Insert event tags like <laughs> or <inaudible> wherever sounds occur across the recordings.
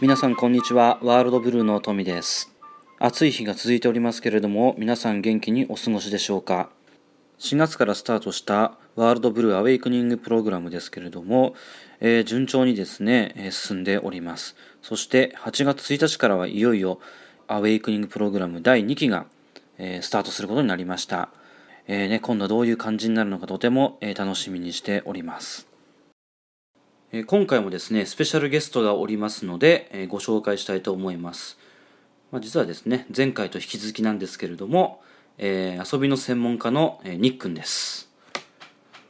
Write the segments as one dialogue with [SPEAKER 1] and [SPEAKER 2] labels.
[SPEAKER 1] 皆さんこんにちはワールドブルーのトミです暑い日が続いておりますけれども皆さん元気にお過ごしでしょうか4月からスタートしたワールドブルーアウェイクニングプログラムですけれども、えー順調にですね、えー進んでおりますそして8月1日からはいよいよアウェイクニングプログラム第2期が、えースタートすることになりました、えーね、今度はどういう感じになるのかとても、えー楽しみにしておりますえー今回もですねスペシャルゲストがおりますので、えーご紹介したいと思います、まあ、実はですね前回と引き続きなんですけれども、えー遊びの専門家の、えーニックンです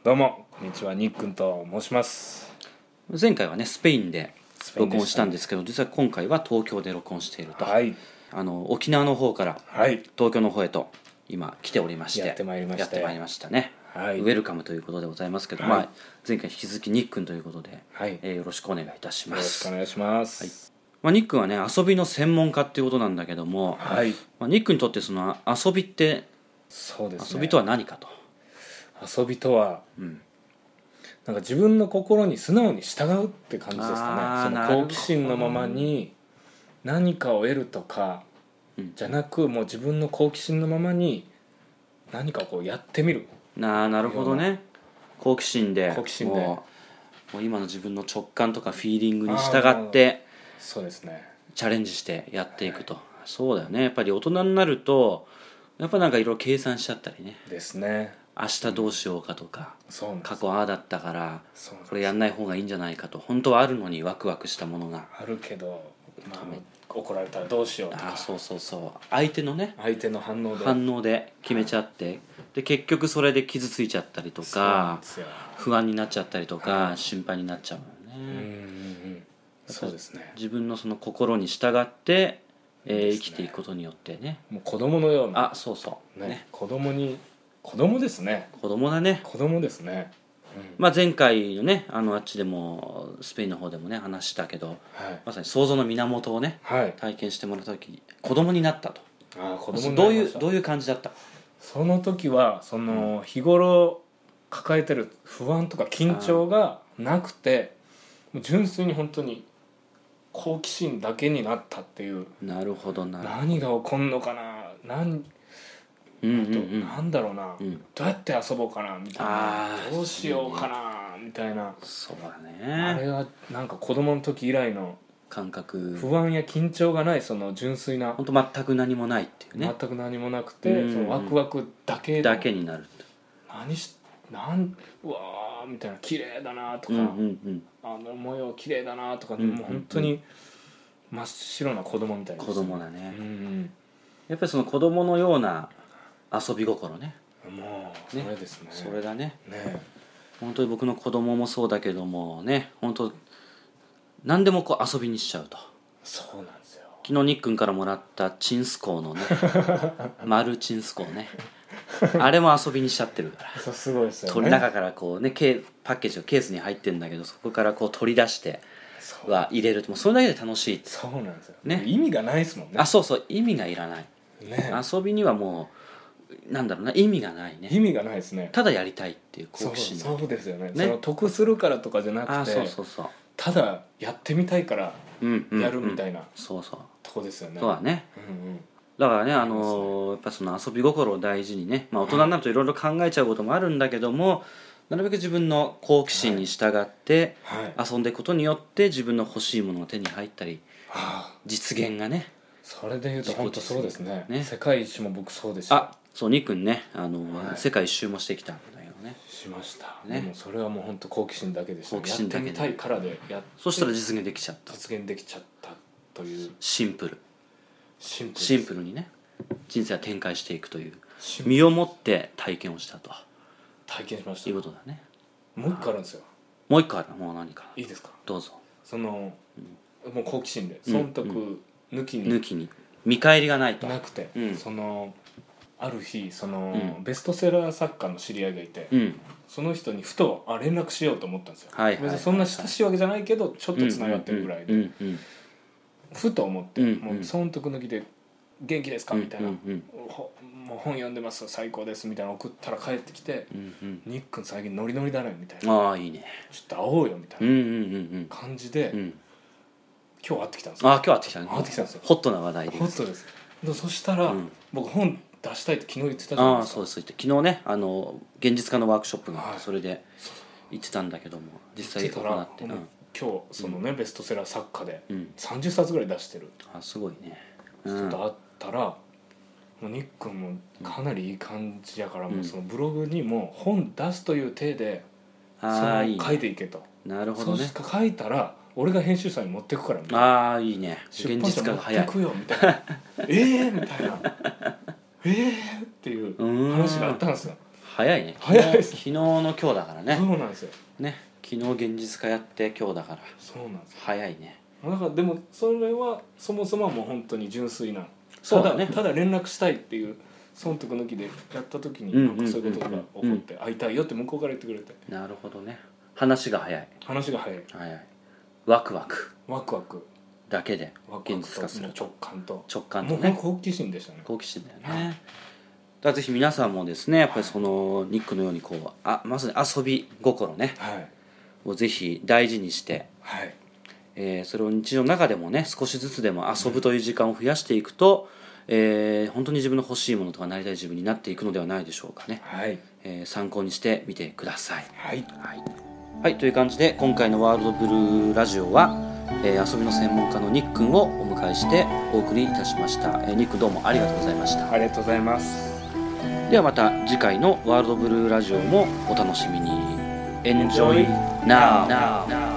[SPEAKER 2] どうもこんにちはニックンと申します
[SPEAKER 1] 前回はねスペインで
[SPEAKER 2] スペイン
[SPEAKER 1] 録
[SPEAKER 2] でし
[SPEAKER 1] 音した
[SPEAKER 2] たね
[SPEAKER 1] んですけど、実は今回は東京で録音していると、
[SPEAKER 2] はい
[SPEAKER 1] あの沖縄の方から
[SPEAKER 2] はい
[SPEAKER 1] 東京の方へと今来ておりまして
[SPEAKER 2] やってまいりました
[SPEAKER 1] やってまいりましたね、
[SPEAKER 2] はい
[SPEAKER 1] ウェルカムということでございますけど、
[SPEAKER 2] はい
[SPEAKER 1] まあ、前回引き続きニックンということで、
[SPEAKER 2] はいよ
[SPEAKER 1] えーよろしくお願いいたしま
[SPEAKER 2] ろし
[SPEAKER 1] す
[SPEAKER 2] くお願いします
[SPEAKER 1] まあ、ニックはね遊びの専門家っていうことなんだけども、
[SPEAKER 2] はい、
[SPEAKER 1] まあ、ニックにとってその遊びって
[SPEAKER 2] そうです
[SPEAKER 1] 遊
[SPEAKER 2] ね
[SPEAKER 1] びとは何かと、
[SPEAKER 2] 遊びとは
[SPEAKER 1] うん
[SPEAKER 2] なんか自分の心に素直に従うって感じです
[SPEAKER 1] あー
[SPEAKER 2] かね
[SPEAKER 1] なる
[SPEAKER 2] そ
[SPEAKER 1] ほ
[SPEAKER 2] の
[SPEAKER 1] ど
[SPEAKER 2] 好奇心のままに何かを得るとか
[SPEAKER 1] うん
[SPEAKER 2] じゃなくもう自分の好奇心のままに何かこうやってみる
[SPEAKER 1] なあなるほどね好奇心で
[SPEAKER 2] 好奇心で
[SPEAKER 1] もうもう今の自分の直感とかフィーリングに従って
[SPEAKER 2] そうですね
[SPEAKER 1] チャレンジしてやっていくと、そうだよねやっぱり大人になるとやっぱなんかいろいろ計算しちゃったりね
[SPEAKER 2] ですね
[SPEAKER 1] 明日どうしようかとか
[SPEAKER 2] そうなんです
[SPEAKER 1] 過去ああだったから
[SPEAKER 2] そうなんです
[SPEAKER 1] これやんない方がいいんじゃないかと本当はあるのにワクワクしたものが
[SPEAKER 2] あるけど、まあ、怒られたらどうしようと
[SPEAKER 1] あ
[SPEAKER 2] か
[SPEAKER 1] あそうそうそう相手のね
[SPEAKER 2] 相手の反応で
[SPEAKER 1] 反応で決めちゃって、で結局それで傷ついちゃったりと
[SPEAKER 2] そうなん
[SPEAKER 1] か
[SPEAKER 2] ですよ
[SPEAKER 1] 不安になっちゃったりとか、心配になっちゃうよ
[SPEAKER 2] うんうんう
[SPEAKER 1] ね、
[SPEAKER 2] んそうですね
[SPEAKER 1] 自分のその心に従って、えー
[SPEAKER 2] いいです
[SPEAKER 1] 生き
[SPEAKER 2] ね
[SPEAKER 1] ていくことによってね
[SPEAKER 2] もう子供のような
[SPEAKER 1] あそうそう
[SPEAKER 2] ね
[SPEAKER 1] ね
[SPEAKER 2] 子供に子供ですね
[SPEAKER 1] 子供だね、
[SPEAKER 2] 子供ですね、うん
[SPEAKER 1] まあ、前回のねあのあっちでもスペインの方でもね話したけど
[SPEAKER 2] はい、
[SPEAKER 1] まさに想像の源をね
[SPEAKER 2] はい、
[SPEAKER 1] 体験してもらった時子供になったと
[SPEAKER 2] ああ子供にな
[SPEAKER 1] どう
[SPEAKER 2] り
[SPEAKER 1] い
[SPEAKER 2] まし
[SPEAKER 1] う
[SPEAKER 2] た
[SPEAKER 1] どういう感じだった
[SPEAKER 2] その時はその日頃抱えてる不安とか緊張がなくてもう純粋に本当に好奇心だけになったっていう
[SPEAKER 1] なるほどな
[SPEAKER 2] 何が起こんのかな何
[SPEAKER 1] うんうん
[SPEAKER 2] あ
[SPEAKER 1] う
[SPEAKER 2] と
[SPEAKER 1] ん
[SPEAKER 2] なんだろうな、
[SPEAKER 1] うん
[SPEAKER 2] どうやって遊ぼうかなみたい
[SPEAKER 1] あー
[SPEAKER 2] などうしようかなみたいな、
[SPEAKER 1] そうだ
[SPEAKER 2] あ
[SPEAKER 1] ね
[SPEAKER 2] れはなんか子供の時以来の
[SPEAKER 1] 感覚
[SPEAKER 2] 不安や緊張がないその純粋な、
[SPEAKER 1] 本当全く何もないっていうね
[SPEAKER 2] 全く何もなくて、
[SPEAKER 1] うん
[SPEAKER 2] そのワクワクだけ
[SPEAKER 1] だけになると
[SPEAKER 2] 何しなんうわーみたいな綺麗だなとか、
[SPEAKER 1] うんうんうん
[SPEAKER 2] あの模様綺麗だなとか、
[SPEAKER 1] うん
[SPEAKER 2] もう本当に真っ白な子供みたいな
[SPEAKER 1] 子供だ
[SPEAKER 2] う
[SPEAKER 1] ね
[SPEAKER 2] ん
[SPEAKER 1] やっぱりその子供のような遊び心ね
[SPEAKER 2] もうそ
[SPEAKER 1] ね
[SPEAKER 2] れですね
[SPEAKER 1] それだね
[SPEAKER 2] ね
[SPEAKER 1] 本当に僕の子供もそうだけどもね本当何でもこう遊びにしちゃうと
[SPEAKER 2] そうなんですよ
[SPEAKER 1] 昨日ニックンからもらったチンスコー <laughs> のね丸チンスコーねあれも遊びにしちゃってるから
[SPEAKER 2] そうすごいですよね
[SPEAKER 1] 鳥の中からこうねケーパッケージのケースに入ってんだけどそこからこう取り出して
[SPEAKER 2] そう
[SPEAKER 1] は入れるともうそれだけで楽しいって
[SPEAKER 2] そうなんですよ、
[SPEAKER 1] ね
[SPEAKER 2] 意味がないですもんね
[SPEAKER 1] あそうそう意味がいらない
[SPEAKER 2] ね
[SPEAKER 1] 遊びにはもうなんだろうな意味がないね
[SPEAKER 2] 意味がないですね
[SPEAKER 1] ただやりたいっていう好奇心
[SPEAKER 2] そ
[SPEAKER 1] の
[SPEAKER 2] うそうですよね
[SPEAKER 1] ね
[SPEAKER 2] その得するからとかじゃな
[SPEAKER 1] ああ
[SPEAKER 2] くて
[SPEAKER 1] そうそうそ
[SPEAKER 2] ただやってみたいから
[SPEAKER 1] う、うんうんうん、
[SPEAKER 2] やるみたいな
[SPEAKER 1] そうそう
[SPEAKER 2] とこですよね、
[SPEAKER 1] そうだね
[SPEAKER 2] うん
[SPEAKER 1] だからね、あ
[SPEAKER 2] ります
[SPEAKER 1] のーやっぱその遊び心を大事にね、まあ、大人になるといろいろ考えちゃうこともあるんだけども、なるべく自分の好奇心に従って
[SPEAKER 2] はいあ
[SPEAKER 1] 遊んでいくことによって自分の欲しいものが手に入ったり
[SPEAKER 2] あ
[SPEAKER 1] 実現がね
[SPEAKER 2] それで言うと
[SPEAKER 1] 自己実現
[SPEAKER 2] 本当そうですね
[SPEAKER 1] ね
[SPEAKER 2] 世界一も僕そうでした
[SPEAKER 1] あそうニックンね、あのー
[SPEAKER 2] はい
[SPEAKER 1] 世界一周もしてきたんだよね
[SPEAKER 2] しました、
[SPEAKER 1] ね
[SPEAKER 2] でもそれはもう本当好奇心だけでした
[SPEAKER 1] 好奇心だけで
[SPEAKER 2] やってみたいからでやっ
[SPEAKER 1] そしたら実現できちゃった
[SPEAKER 2] 実現できちゃったという
[SPEAKER 1] シンプル
[SPEAKER 2] シンプル
[SPEAKER 1] シンプルにね人生は展開していくという
[SPEAKER 2] シンプル
[SPEAKER 1] 身をもって体験をしたと
[SPEAKER 2] 体験しました
[SPEAKER 1] いうことだね
[SPEAKER 2] もう一個あるんですよ
[SPEAKER 1] もう一個あるもう何か
[SPEAKER 2] いいですか
[SPEAKER 1] どうぞ
[SPEAKER 2] その、もう好奇心で忖度抜きに
[SPEAKER 1] 抜きに見返りがないと
[SPEAKER 2] なくて、
[SPEAKER 1] うん
[SPEAKER 2] そのある日その、
[SPEAKER 1] うん
[SPEAKER 2] ベストセラー作家の知り合いがいて、
[SPEAKER 1] うん
[SPEAKER 2] その人にふとあ連絡しようと思ったんですよ、
[SPEAKER 1] はいはいはい
[SPEAKER 2] 別にそんな親しいわけじゃないけどちょっとつながってるぐらいで、
[SPEAKER 1] うんうん
[SPEAKER 2] ふと思って、
[SPEAKER 1] うんうん
[SPEAKER 2] もう忖度抜きで「元気ですか?」
[SPEAKER 1] うん
[SPEAKER 2] みたいな、
[SPEAKER 1] うんうん
[SPEAKER 2] ほもう本読んでます最高です」みたいなの送ったら帰ってきて
[SPEAKER 1] うんうん
[SPEAKER 2] 「ニックン最近ノリノリだね」みたいな「
[SPEAKER 1] ああいいね
[SPEAKER 2] ちょっと会おうよ」みた
[SPEAKER 1] う
[SPEAKER 2] い
[SPEAKER 1] ん
[SPEAKER 2] な
[SPEAKER 1] うんうん
[SPEAKER 2] 感じで、
[SPEAKER 1] うんうん
[SPEAKER 2] 今日会ってきたんですよ
[SPEAKER 1] あ今日会ってきたね
[SPEAKER 2] 会ってきたんですよ
[SPEAKER 1] ホットな話題で
[SPEAKER 2] ホットですでそしたら、
[SPEAKER 1] うん
[SPEAKER 2] 僕本出したいって昨日言ってたじゃない
[SPEAKER 1] ああ
[SPEAKER 2] で
[SPEAKER 1] ー
[SPEAKER 2] す
[SPEAKER 1] そ
[SPEAKER 2] か
[SPEAKER 1] うです昨日ねあの現実化のワークショップがあっ
[SPEAKER 2] は
[SPEAKER 1] て
[SPEAKER 2] い
[SPEAKER 1] それで行ってたんだけども実際
[SPEAKER 2] 言って
[SPEAKER 1] 行
[SPEAKER 2] たら
[SPEAKER 1] なってうん
[SPEAKER 2] もう今日そのね、ベストセラー作家で
[SPEAKER 1] うん
[SPEAKER 2] 30冊ぐらい出してる
[SPEAKER 1] あすごいねう
[SPEAKER 2] 人
[SPEAKER 1] ん
[SPEAKER 2] と会ったら、もうニックンもかなりいい感じやから、
[SPEAKER 1] うん
[SPEAKER 2] もうそのブログにも本出すという体でそ
[SPEAKER 1] ああいい
[SPEAKER 2] の
[SPEAKER 1] ね
[SPEAKER 2] 書いていけと
[SPEAKER 1] なるほ
[SPEAKER 2] そ
[SPEAKER 1] ど
[SPEAKER 2] う
[SPEAKER 1] ね
[SPEAKER 2] しか書いたら俺が編集者に持ってくからみたいな
[SPEAKER 1] ああいいね
[SPEAKER 2] 出
[SPEAKER 1] 現
[SPEAKER 2] 版社
[SPEAKER 1] 実化が
[SPEAKER 2] 持って
[SPEAKER 1] 早い
[SPEAKER 2] くよみたいな
[SPEAKER 1] <laughs>
[SPEAKER 2] 「ええ!」みたいな「ええ!」っていう
[SPEAKER 1] うーん
[SPEAKER 2] 話があったん
[SPEAKER 1] <laughs>
[SPEAKER 2] ですよ
[SPEAKER 1] 早いね
[SPEAKER 2] 早いです
[SPEAKER 1] 昨日の今日だから
[SPEAKER 2] そ
[SPEAKER 1] ね
[SPEAKER 2] うなんですよ
[SPEAKER 1] ね昨日現実化やって今日だから
[SPEAKER 2] そうなんですよ
[SPEAKER 1] 早いね
[SPEAKER 2] だからでもそれはそもそもはもう本当に純粋な
[SPEAKER 1] そうだね
[SPEAKER 2] ただただ連絡したいっていう損得抜きでやった時に
[SPEAKER 1] うん
[SPEAKER 2] なんかそういうことが起こ
[SPEAKER 1] うんうんう
[SPEAKER 2] っ
[SPEAKER 1] ん
[SPEAKER 2] て会いたいよって向こうから言ってくれて
[SPEAKER 1] なるほどね話が早い
[SPEAKER 2] 話が早い
[SPEAKER 1] 早いワクワク
[SPEAKER 2] ワクワク
[SPEAKER 1] だけで
[SPEAKER 2] ワクワ
[SPEAKER 1] 現実化
[SPEAKER 2] ク
[SPEAKER 1] す
[SPEAKER 2] とも
[SPEAKER 1] る
[SPEAKER 2] う直感と
[SPEAKER 1] 直感
[SPEAKER 2] も
[SPEAKER 1] と
[SPEAKER 2] うほん
[SPEAKER 1] ね
[SPEAKER 2] と好奇心でしたね
[SPEAKER 1] 好奇心だよ
[SPEAKER 2] は
[SPEAKER 1] ね
[SPEAKER 2] い
[SPEAKER 1] だからぜひ皆さんもですねやっぱりそのニックのようにこうあまず遊び心ね
[SPEAKER 2] はい
[SPEAKER 1] をぜひ大事にして、
[SPEAKER 2] はい
[SPEAKER 1] えーそれを日常の中でもね少しずつでも遊ぶという時間を増やしていくと、えー本当に自分の欲しいものとかなりたい自分になっていくのではないでしょうかね、
[SPEAKER 2] はい
[SPEAKER 1] えー参考にしてみてください
[SPEAKER 2] はい
[SPEAKER 1] はい、はい、という感じで今回の「ワールドブルーラジオは」えー遊びの専門家のニックンをお迎えしてお送りいたしました、えーニックンどうもありがとうございました
[SPEAKER 2] ありがとうございます
[SPEAKER 1] ではまた次回の「ワールドブルーラジオ」もお楽しみに Enjoy now!